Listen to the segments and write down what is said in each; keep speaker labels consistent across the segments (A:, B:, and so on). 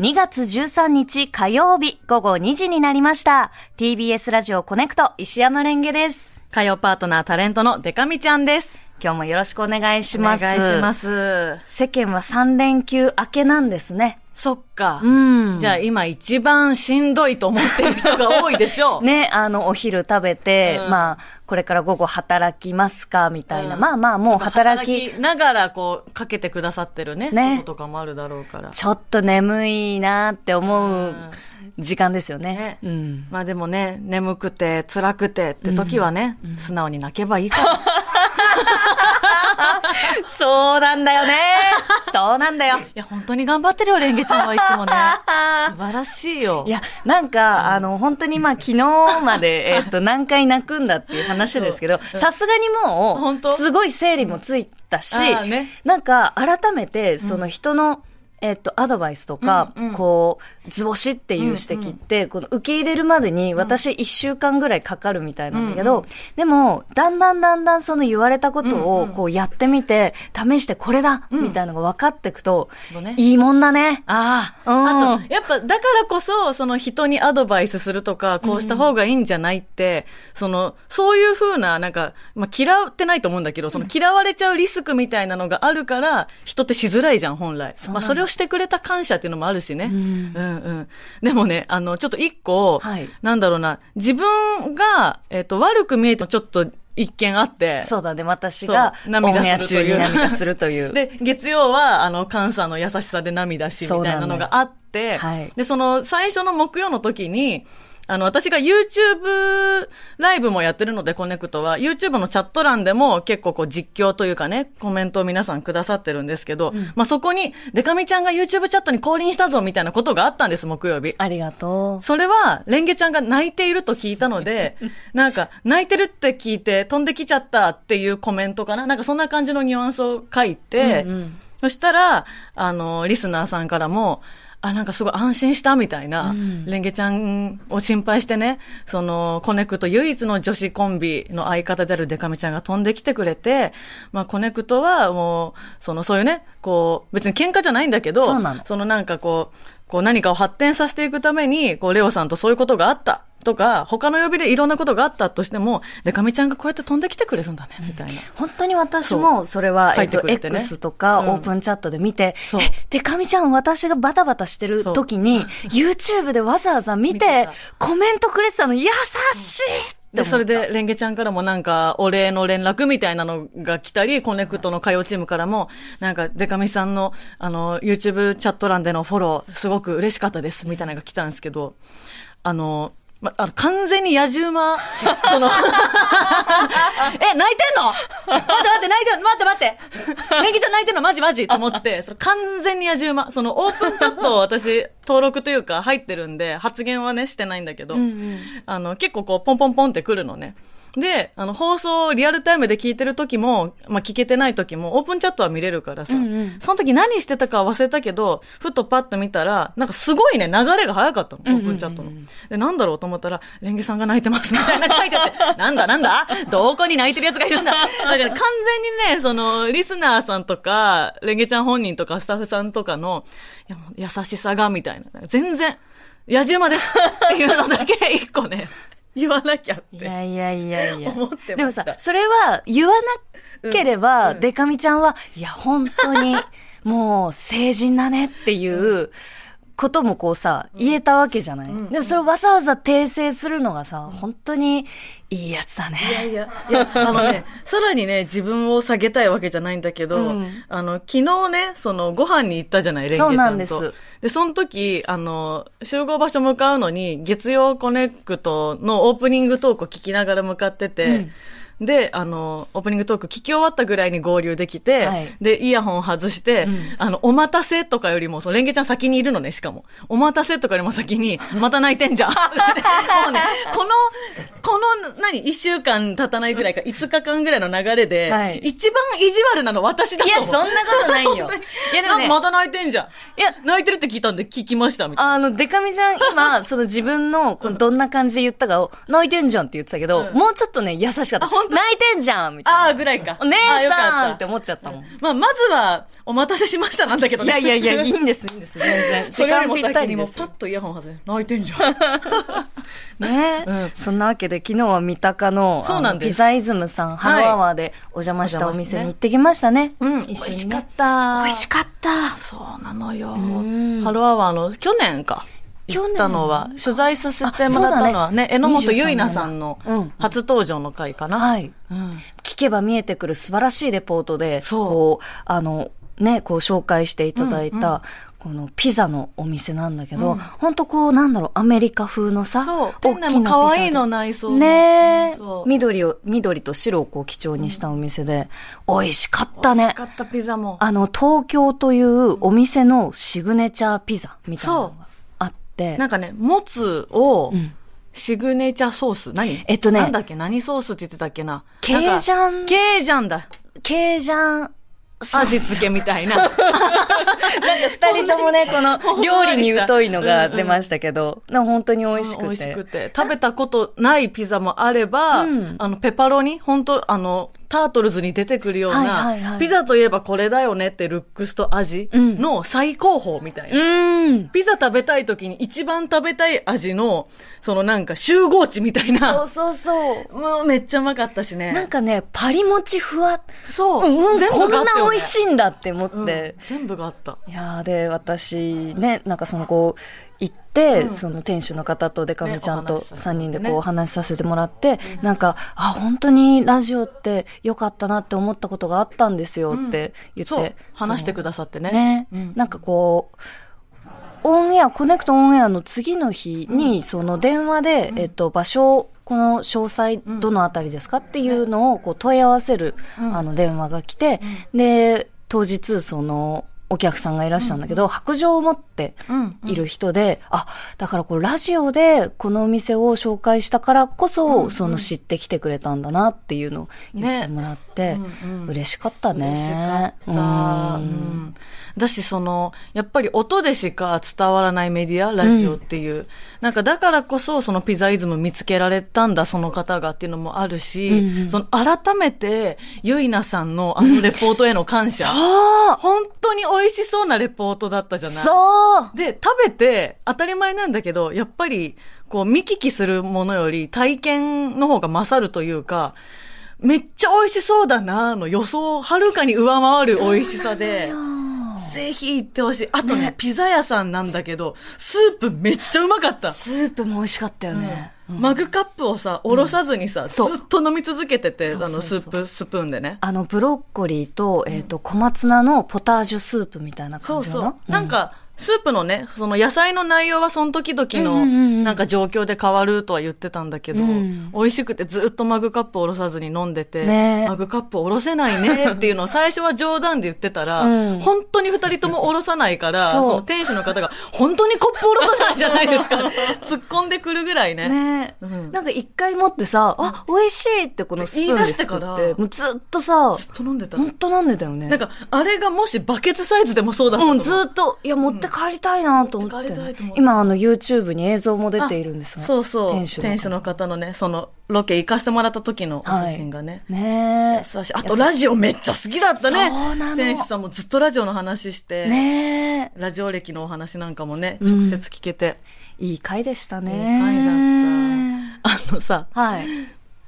A: 2月13日火曜日午後2時になりました。TBS ラジオコネクト石山レンゲです。
B: 火曜パートナータレントのデカミちゃんです。
A: 今日もよろしくお願いします。
B: お願いします。
A: 世間は3連休明けなんですね。
B: そっか。うん。じゃあ今一番しんどいと思ってる人が多いでしょ う。
A: ね、あの、お昼食べて、うん、まあ、これから午後働きますか、みたいな。うん、まあまあ、もう働き。
B: 働きながら、こう、かけてくださってるね。ね。こととかもあるだろうから。
A: ちょっと眠いなって思う。時間ですよね、
B: うん、ねうん。まあでもね、眠くて、辛くてって時はね、素直に泣けばいいから。
A: そうなんだよね。 そうなんだよ。い
B: や、本当に頑張ってるよ、レンゲちゃんはい つもね。素晴らしいよ。
A: いや、なんか、うん、あの、本当にまあ、昨日ま で、えっ、ー、と、何回泣くんだっていう話ですけど、さすがにもう、すごい整理もついたし、ね、なんか、改めて、その人の、うんえっと、アドバイスとか、うんうん、こう、図星っていう指摘って、うんうん、この受け入れるまでに私一週間ぐらいかかるみたいなんだけど、うんうん、でも、だんだんだんだんその言われたことをこうやってみて、試してこれだ、うん、みたいなのが分かっていくと、ね、いいもんだね。
B: ああ。うん、あと、やっぱだからこそ、その人にアドバイスするとか、こうした方がいいんじゃないって、うん、その、そういうふうな、なんか、まあ、嫌ってないと思うんだけど、その嫌われちゃうリスクみたいなのがあるから、人ってしづらいじゃん、本来。まあ、それをしてくれた感謝っていうのもあるしね。うん、うんうんでもね、あの、ちょっと一個、はい、なんだろうな、自分が、えっ、ー、と、悪く見えてちょっと、一見あって。
A: そうだね。私が、涙するという。涙するという。
B: で、月曜は、あの、関西の優しさで涙し、みたいなのがあって、ねはい、で、その、最初の木曜の時に、あの、私が YouTube ライブもやってるので、コネクトは、YouTube のチャット欄でも結構こう実況というかね、コメントを皆さんくださってるんですけど、うん、まあそこに、デカミちゃんが YouTube チャットに降臨したぞみたいなことがあったんです、木曜日。
A: ありがと
B: う。それは、レンゲちゃんが泣いていると聞いたの で、なんか、泣いてるって聞いて飛んできちゃったっていうコメントかななんかそんな感じのニュアンスを書いて、うんうん、そしたら、あの、リスナーさんからも、あ、なんかすごい安心したみたいな、うん、レンゲちゃんを心配してね、その、コネクト唯一の女子コンビの相方であるデカミちゃんが飛んできてくれて、まあ、コネクトはもう、その、そういうね、こう、別に喧嘩じゃないんだけど、そ,そのなんかこう、こう何かを発展させていくために、こう、レオさんとそういうことがあった。とか、他の呼びでいろんなことがあったとしても、でかみちゃんがこうやって飛んできてくれるんだね、みたいな。うん、
A: 本当に私も、それは、えっと、ね、X とか、オープンチャットで見て、うん、でかみちゃん、私がバタバタしてる時に、YouTube でわざわざ見て、コメントくれてたの、優しい、 うん
B: で、それで、レンゲちゃんからもなんか、お礼の連絡みたいなのが来たり、コネクトの火曜チームからも、なんか、デカミさんの、あの、YouTube チャット欄でのフォロー、すごく嬉しかったです、みたいなのが来たんですけど、あの、ま、あの、完全に野じ馬、その、え、泣いてんの待って待って、泣いてんの待って 待って。ネギちゃん泣いてんのマジマジと思って 、その完全に野じ馬、そのオープンチャット私、登録というか入ってるんで、発言はね、してないんだけど、うんうん、あの、結構こう、ポンポンポンってくるのね。で、あの、放送をリアルタイムで聞いてる時も、まあ、聞けてない時も、オープンチャットは見れるからさ、うんうん、その時何してたか忘れたけど、ふとパッと見たら、なんかすごいね、流れが早かったの、オープンチャットの。で、なんだろうと思ったら、レンゲさんが泣いてます、みたいな書いてあって、なんだなんだどこに泣いてる奴がいるんだだから完全にね、その、リスナーさんとか、レンゲちゃん本人とかスタッフさんとかの、いやもう優しさが、みたいな。全然、野じ馬ですっていうのだけ一個ね。言わなきゃって。い
A: やいやいやいや。
B: 思って
A: でもさ、それは言わなければ、デカミちゃんは、いや、本当 に、もう、成人だねっていう、こともこうさ、言えたわけじゃない、うん、でもそれをわざわざ訂正するのがさ、本当にいいやつだね。
B: いやいや、いや、あのね、さらにね、自分を下げたいわけじゃないんだけど、うん、あの、昨日ね、その、ご飯に行ったじゃない、レンゲちゃんと。そうなんです。で、その時、あの、集合場所向かうのに、月曜コネクトのオープニングトークを聞きながら向かってて、うん、で、あの、オープニングトーク聞き終わったぐらいに合流できて、はい、で、イヤホン外して、うん、あの、お待たせとかよりも、その、レンゲちゃん先にいるのね、しかも。お待たせとかよりも先 に、また泣いてんじゃん。もうね、この、この、何一週間経たないぐらいか、5日間ぐらいの流れで、はい、一番意地悪なの私だと
A: 思う。いや、そんなこと ないよ。
B: いや、でも、ね、また泣いてんじゃん。いや、泣いてるって聞いたんで聞きましたみたいな。
A: あの、デカミちゃん、 今、その自分の、どんな感じで言ったかを、泣いてんじゃんって言ってたけど、うん、もうちょっとね、優しかった。泣いてんじゃんみたいな。
B: ああ、ぐらいか。
A: お姉
B: あーよか
A: さんっ
B: ってた
A: 思っちゃったもん。い
B: まあ、まずは、お待たせしましたなんだけどね。
A: やいやいや、いいんです、いいんです、全然。
B: そ
A: 時
B: れより
A: 間
B: も
A: ぴった
B: 先に
A: り
B: も
A: で
B: う
A: す
B: パ。ッとイヤホン外れ泣いてんじゃん。
A: ね、
B: うん
A: そんなわけで昨日は三鷹の
B: そうな
A: あ
B: ん
A: の
B: です
A: ピザイズムさん、ハローアワーでお邪魔したお店に行ってきましたね。
B: うん、美味
A: 一緒に、ね、
B: しかった。
A: 美味しかった。
B: そうなのよ。
A: ん
B: ハローアワーの去年か。
A: 去
B: 行
A: 年
B: ったのは、取材させてもらったの
A: あそうだ
B: はね、
A: ね
B: 榎本結菜さんの
A: うん
B: 初登場の回かな。
A: はい。
B: うん
A: 聞けば見えてくる素晴らしいレポートで、
B: そう
A: こう、あの、ね、こう紹介していただいた、このピザのお店なんだけど、ほんとこう、なんだろう、アメリカ風のさ、
B: そう。
A: 大
B: 店
A: きな
B: 内も
A: ピザ
B: 可愛いの
A: で
B: 内装も。
A: ねえ
B: そ、う
A: 緑を、緑と白をこう基調にしたお店で、美味しかった
B: 美味
A: ね
B: し。かったピザも。
A: あの、東京というお店のシグネチャーピザみたいなの
B: そう
A: があって
B: な、んかね、もつを
A: うん、
B: シグネチャーソース何
A: えっとね
B: なんだっけ何ソースって言ってたっけな
A: ケージャン
B: なんかケージャンだ。
A: ケージャン、そう
B: 味付けみたいな。
A: 二人とも ね、この
B: ほんまに
A: 料理に疎いのが出ましたけど、でも本当に 美
B: 美
A: 味しくて。
B: 味しくて。食べたことないピザもあれば、
A: うん
B: あの、ペパロニ、本当あの、タートルズに出てくるような、
A: はいはいはい
B: ピザといえばこれだよねってルックスと味
A: うん
B: の最高峰みたいな。
A: うん。
B: ピザ食べたい時に一番食べたい味の、そのなんか集合値みたい
A: そ
B: な
A: う。そうそう。
B: も うめっちゃうまかったしね。
A: なんかね、パリもちふわ、
B: そうう。
A: んうん、
B: 全
A: こん
B: 部があ
A: な
B: ったよね
A: 美味しいんだって思って。
B: うん全部があった。
A: いやーで、私ね、なんかそのこう、行って、その店主の方とデカミちゃんと
B: ねお話しさせて
A: 3人でこう
B: ね
A: お話しさせてもらって、なんか、あ、本当にラジオって良かったなって思ったことがあったんですよって言って。
B: そう。話して
A: く
B: くださってね。
A: ね、
B: うん
A: なんかこう、オンエア、コネクトオンエアの次の日に、その電話で、えっと、場所、この詳細、どのあたりですかっていうのを、こう、問い合わせる、あの、電話が来て、で、当日、その、お客さんがいらしたんだけど、白状を持って
B: うん
A: いる人で、あ、だからこう、ラジオでこのお店を紹介したからこそ、その知ってきてくれたんだなっていうのを言ってもらって
B: うんう、ん
A: 嬉しかったね。
B: 嬉しかった。
A: う
B: うんん。だし、その、やっぱり音でしか伝わらないメディア、ラジオっていう。なんか、だからこそ、そのピザイズム見つけられたんだ、その方がっていうのもあるし、
A: うんうん
B: その、改めて、ゆいなさんのあのレポートへの感謝。本当に美味しそうなレポートだったじゃない
A: そう
B: で、食べて、当たり前なんだけど、やっぱり、こう、見聞きするものより、体験の方が勝るというか、めっちゃ美味しそうだな、の予想をはるかに上回る美味しさで、ぜひ行ってほしい。あとね
A: ね
B: ピザ屋さんなんだけど、スープめっちゃうまかった。
A: スープも美味しかったよね。
B: マグカップをさ、おろさずにさ、ずっ
A: そう
B: と飲み続けてて、
A: そうそうそう
B: あの、スープ、スプーンでね。
A: あの、ブロッコリーと、えっ、と、小松菜のポタージュスープみたいな
B: そ
A: 感
B: う
A: じか
B: そ
A: な
B: う。なん、か、スープのね、その野菜の内容はその時々
A: うんうんうんう
B: の、
A: ん
B: なんか状況で変わるとは言ってたんだけど、
A: うん
B: 美味しくてずっとマグカップをおろさずに飲んでて、
A: ねえ
B: マグカップおろせないねっていうのを最初は冗談で言ってたら、
A: うん
B: 本当に二人ともおろさないから、
A: そう
B: その店主の方が、本当にコップおろさないじゃないですか。突っ込んでくるぐらいね。
A: ねえ、
B: うん
A: なんか一回持ってさ、あ、美味しいってこのスプーンで作
B: 言い出
A: っ
B: し
A: て、
B: てから
A: もうずっとさ、
B: ずっと飲んでた。
A: ほんとなんでだよね。
B: なんか、あれがもしバケツサイズでもそうだったと
A: う
B: 思
A: ん、
B: う
A: ずっと、いや、持って帰りたいなと思って,、
B: 持って帰りたいと思って
A: 今、あの、YouTube に映像も出ているんですが。
B: あそうそう
A: 店主の方
B: 店主の方のねそのロケ行かせてもらった時のお
A: はい
B: 写真がね、
A: ねえ。
B: 優しいあとラジオめっちゃ好きだったね
A: そうなの
B: 店主さんもずっとラジオの話して、
A: ねえ。
B: ラジオ歴のお話なんかもね
A: うん
B: 直接聞けて、
A: いい回でしたね。
B: いい回だあのさ
A: った。はい。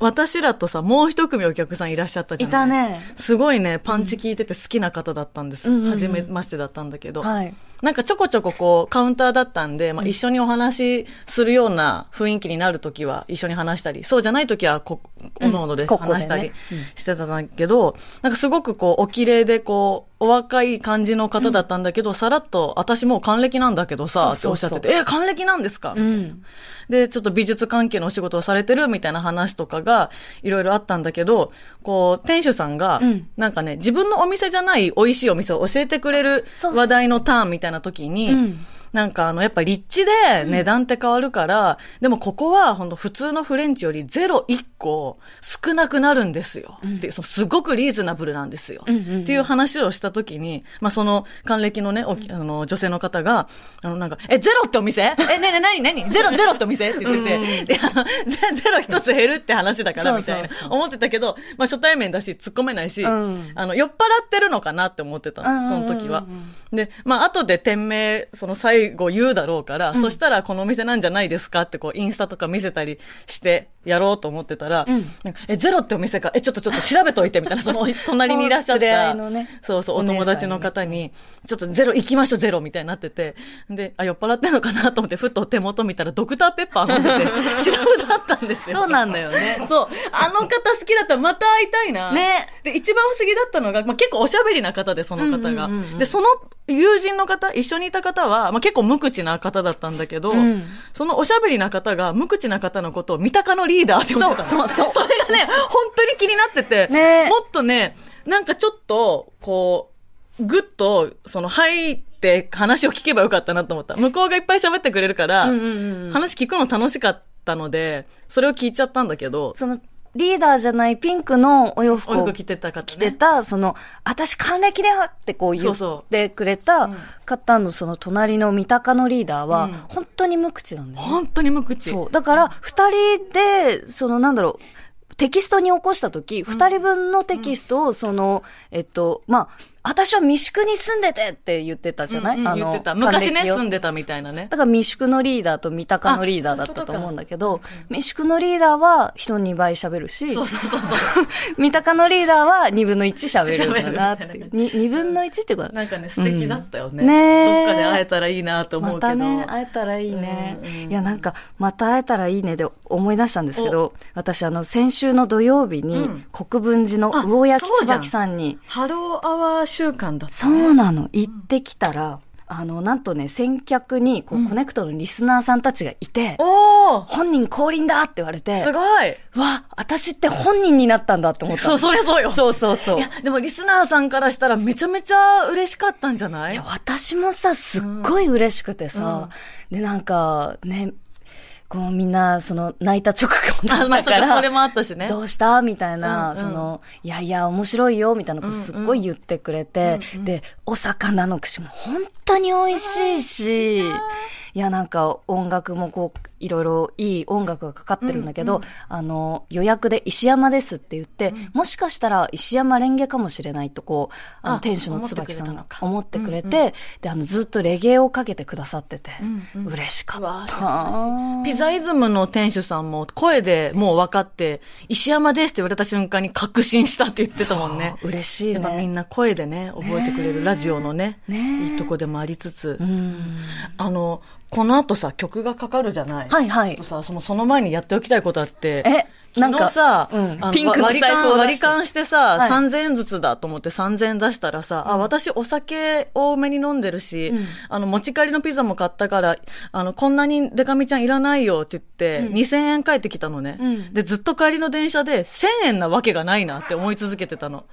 B: 私らとさもう一組お客さんいらっしゃったじゃ
A: いた
B: ない
A: ね。
B: すごいねパンチ聞いてて好きな方だったんです、
A: うんうんうん
B: 初めましてだったんだけど、
A: はい。
B: なんかちょこちょここうカウンターだったんで、まあ、一緒にお話しするような雰囲気になるときは一緒に話したり、そうじゃないときはこ、おのおので
A: ここでね
B: 話したりしてたんだけど、なんかすごくこうお綺麗でこう、お若い感じの方だったんだけど、さらっと、私もう還暦なんだけどさ、って
A: そ
B: お
A: う
B: っし
A: そ
B: ゃ
A: うそう
B: ってて、え、還暦なんですか
A: うん。
B: で、ちょっと美術関係のお仕事をされてるみたいな話とかがいろいろあったんだけど、こう、店主さんが
A: うん、
B: なんかね、自分のお店じゃない美味しいお店を教えてくれる
A: そうそうそう
B: 話題のターンみたいな時に、
A: うん
B: なんかあの、やっぱ立地で値段って変わるから、でもここは本当普通のフレンチよりゼロ1個構少なくなるんですよ。で、そのすごくリーズナブルなんですよ。
A: うんうんうん
B: っていう話をした時に、まあ、その、還暦のね、おきあの、女性の方が、あの、なんか、え、ゼロってお店え、ねね、なになにゼロ、ゼロってお店って言ってて、で、あの、ゼゼロ一つ減るって話だから、
A: そう
B: み
A: そうそ
B: た
A: う
B: いな。思ってたけど、まあ、初対面だし、突っ込めないし、
A: うん
B: あの、酔っ払ってるのかなって思ってた
A: うんうんうん
B: の、
A: うん
B: その時は。で、まあ、後で店名、その最後言うだろうから、そしたらこのお店なんじゃないですかって、こう、インスタとか見せたりして、やろうと思ってたら、なんかえ、ゼロってお店か、え、ちょっとちょっと調べといて、みたいな、その、隣にいらっ しゃっ
A: お連れ合
B: た、
A: いのね
B: そうそう、
A: お
B: お
A: 姉さんに
B: 友達の方に、ちょっとゼロ行きましょう、ゼロみたいになってて、で、あ、酔っ払ってんのかなと思って、ふと手元見たら、ドクターペッパー飲んで て、シラフだったんですよ。
A: そうなんだよね。
B: そう。あの方好きだったらまた会いたいな。
A: ね
B: で、一番不思議だったのが、まあ、結構おしゃべりな方で、その方が。
A: うんうんうんうん
B: で、その友人の方、一緒にいた方は、まあ、結構無口な方だったんだけど、
A: うん
B: そのおしゃべりな方が、無口な方のことを三鷹のリーダーって呼んでたの
A: そうそうそう
B: れがね、 本当に気になってて、
A: ね
B: もっとね、なんかちょっと、こう、ぐっと、その、入って話を聞けばよかったなと思った。向こうがいっぱい喋ってくれるから、
A: うんうんうんうん
B: 話聞くの楽しかったので、それを聞いちゃったんだけど、
A: その、リーダーじゃないピンクのお洋服
B: お洋
A: を
B: 服
A: 着
B: 着てた方、ね、
A: てた、その、私還暦だよってこう言
B: そうそ
A: ってくれた方のその隣の三鷹のリーダーは
B: うん、
A: 本当に無口なんだよね。
B: 本当に無口。
A: そう。だから、二人で、そのなんだろう、テキストに起こしたとき、二人分のテキストを、その、えっと、まあ、私は未宿に住んでてって言ってたじゃない、
B: うんうん
A: あ
B: 言
A: の、
B: ってた。昔ね、
A: 還暦を
B: 住んでたみたい なね。
A: だから未宿のリーダーと三鷹のリーダーだっ
B: あそうい
A: た
B: うこととか
A: 思うんだけど、未宿のリーダーは人2倍喋るし、
B: そうそうそうそう。
A: 三鷹のリーダーは2分の1喋るんだなって
B: 喋るみたいな
A: に2分の1って ことだ
B: なんかね、素敵だったよ
A: う
B: ね。
A: んねえ
B: どっかで会えたらいいなと思うけ
A: ま
B: ど。
A: たね、会えたらいいね。
B: うんう
A: い
B: ん
A: や、なんか、また会えたらいいねで思い出したんですけど、私、あの、先週の土曜日に
B: うん、
A: 国分寺の
B: あ
A: 魚焼き
B: そうじゃん
A: 椿さんに、
B: ハローアワー週間だった。
A: そうなの、行ってきたら、あの、なんとね、先客に、こう、コネクトのリスナーさんたちがいて、
B: おー
A: 本人降臨だって言われて、
B: すごい
A: わ、私って本人になったんだって思った
B: そう、
A: の。
B: そりゃそうよ。
A: そうそうそう
B: いや、でもリスナーさんからしたらめちゃめちゃ嬉しかったんじゃない
A: いや私もさ、すっごい嬉しくてさ、で、なんか、ね、こうみんな、その、泣いた直後だ
B: あ、まあ、
A: った
B: そ
A: か
B: れそれ
A: ら、
B: もあったしね。
A: どうしたみたいな、
B: うんうん
A: その、いやいや、面白いよ、みたいなことすっごい言ってくれて、で、お魚の串も本当に美味しいし、いや、なんか、音楽もこう、いろいろいい音楽がかかってるんだけど、あの、予約で石山ですって言って、もしかしたら石山レンゲかもしれないと、こう、あの
B: あ
A: 店主の椿さんが思
B: 思
A: ってくれて、で、あの、ずっとレゲエをかけてくださってて、
B: うんうん
A: 嬉しか
B: うわ
A: っ
B: ー優しい
A: た。
B: ピザイズムの店主さんも声でもう分かって、石山ですって言われた瞬間に確信したって言ってたもんね。
A: 嬉しい
B: やっぱみ
A: ね。
B: んな声でね、覚えてくれるラジオのね、
A: ねえ
B: いいとこでもありつつ、
A: うん。
B: あの、この後さ、曲がかかるじゃない
A: はいはい
B: ちょっとさ、そのその前にやっておきたいことあって、
A: えなんか
B: 昨日さ、
A: うん
B: あの
A: ピンクの
B: 割り
A: 財布を出
B: 勘、
A: して
B: 割り勘してさ、
A: はい
B: 3000円ずつだと思って3000円出したらさ、あ、私お酒多めに飲んでるし、
A: うん
B: あの、持ち帰りのピザも買ったから、あの、こんなにデカミちゃんいらないよって言って、
A: うん
B: 2000円返ってきたのね、
A: うん
B: で、ずっと帰りの電車で1000円なわけがないなって思い続けてたの。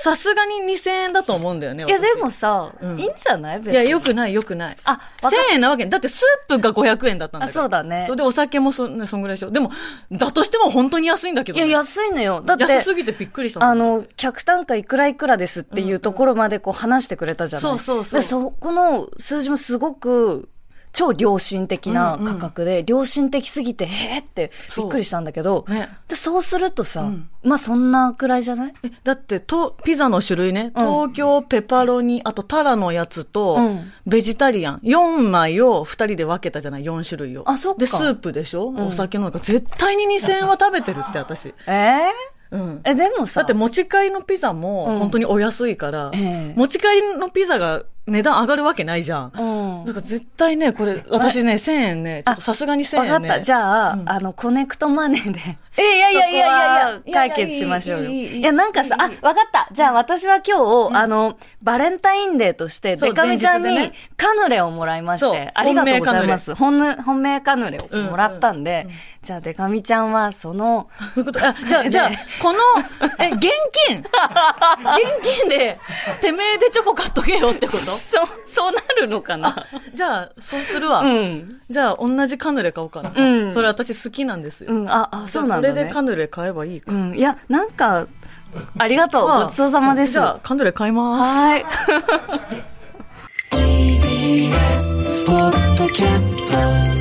B: さすがに2000円だと思うんだよね、
A: いや、
B: 私
A: でもさ、
B: うん
A: いいんじゃない別
B: いや、よくない、よくない。
A: あわか
B: 1000円なわけだってスープが500円だったんだ
A: あ、
B: から。
A: そうだね
B: それ。でお酒もそ,、ね、そんぐらいでしょ。でも、だとしても本当に安いんだけ
A: い
B: どね、
A: や、安いのよ。だって、
B: 安すぎてびっくりしたもん
A: あの、客単価いくらいくらですっていうところまでこう話してくれたじゃない、
B: そうそうそう
A: でそこの数字もすごく、超良心的な価格で、良心的すぎて、えーってびっくりしたんだけど、
B: ね
A: でそうするとさ、
B: うん
A: まあそんなくらいじゃない
B: えだってと、ピザの種類ね、
A: うん
B: 東京ペパロニ、あとタラのやつと、
A: うん
B: ベジタリアン、4枚を2人で分けたじゃない、4種類を。
A: あそっか
B: で、スープでしょ、お酒の中、絶対に2000円は食べてるって、私。
A: えー、
B: うん。
A: え、でもさ、
B: だって持ち帰りのピザも本当にお安いから、
A: ええ
B: 持ち帰りのピザが値段上がるわけないじゃん。
A: うん
B: なんか絶対ね、これ、私ね、1000円ね、ちょっとさすがに1000円
A: わ
B: ね。
A: かった。じゃあ、
B: うん
A: あの、コネクトマネーで。
B: えいやいや
A: そ
B: いやいや
A: こ
B: い
A: は
B: や
A: 解決しましょうよ。
B: いやいやいやいや
A: いや、なんかさ、あ、わ
B: いやい
A: かった。じゃあ私は今日、あの、バレンタインデーとして、
B: そう
A: デカミちゃんに
B: 前日でね
A: カヌレをもらいまし
B: そう
A: て、ありがとうございます。本ぬ本命カヌレを
B: うん
A: もらったんで、じゃあデカミちゃんはその、
B: そういうことあじゃあ、
A: ね
B: じゃあ、この、え、現 金現金で、てめえでチョコ買っとけよってこ と
A: そう、そうなるのかな
B: じゃあ、そうするわ。
A: うん。
B: じゃあ、同じカヌレ買おうかな。
A: うん
B: それ私好きなんですよ。
A: うん、あ、あ、そうなんだ、ね。
B: じゃあそれでカヌレ買えばいいか。
A: うん、いや、なんか、ありがとう。
B: ああ
A: ごちそうさまです。
B: じゃあ、カヌレ買います。
A: はい。
C: TBS ポッドキャスト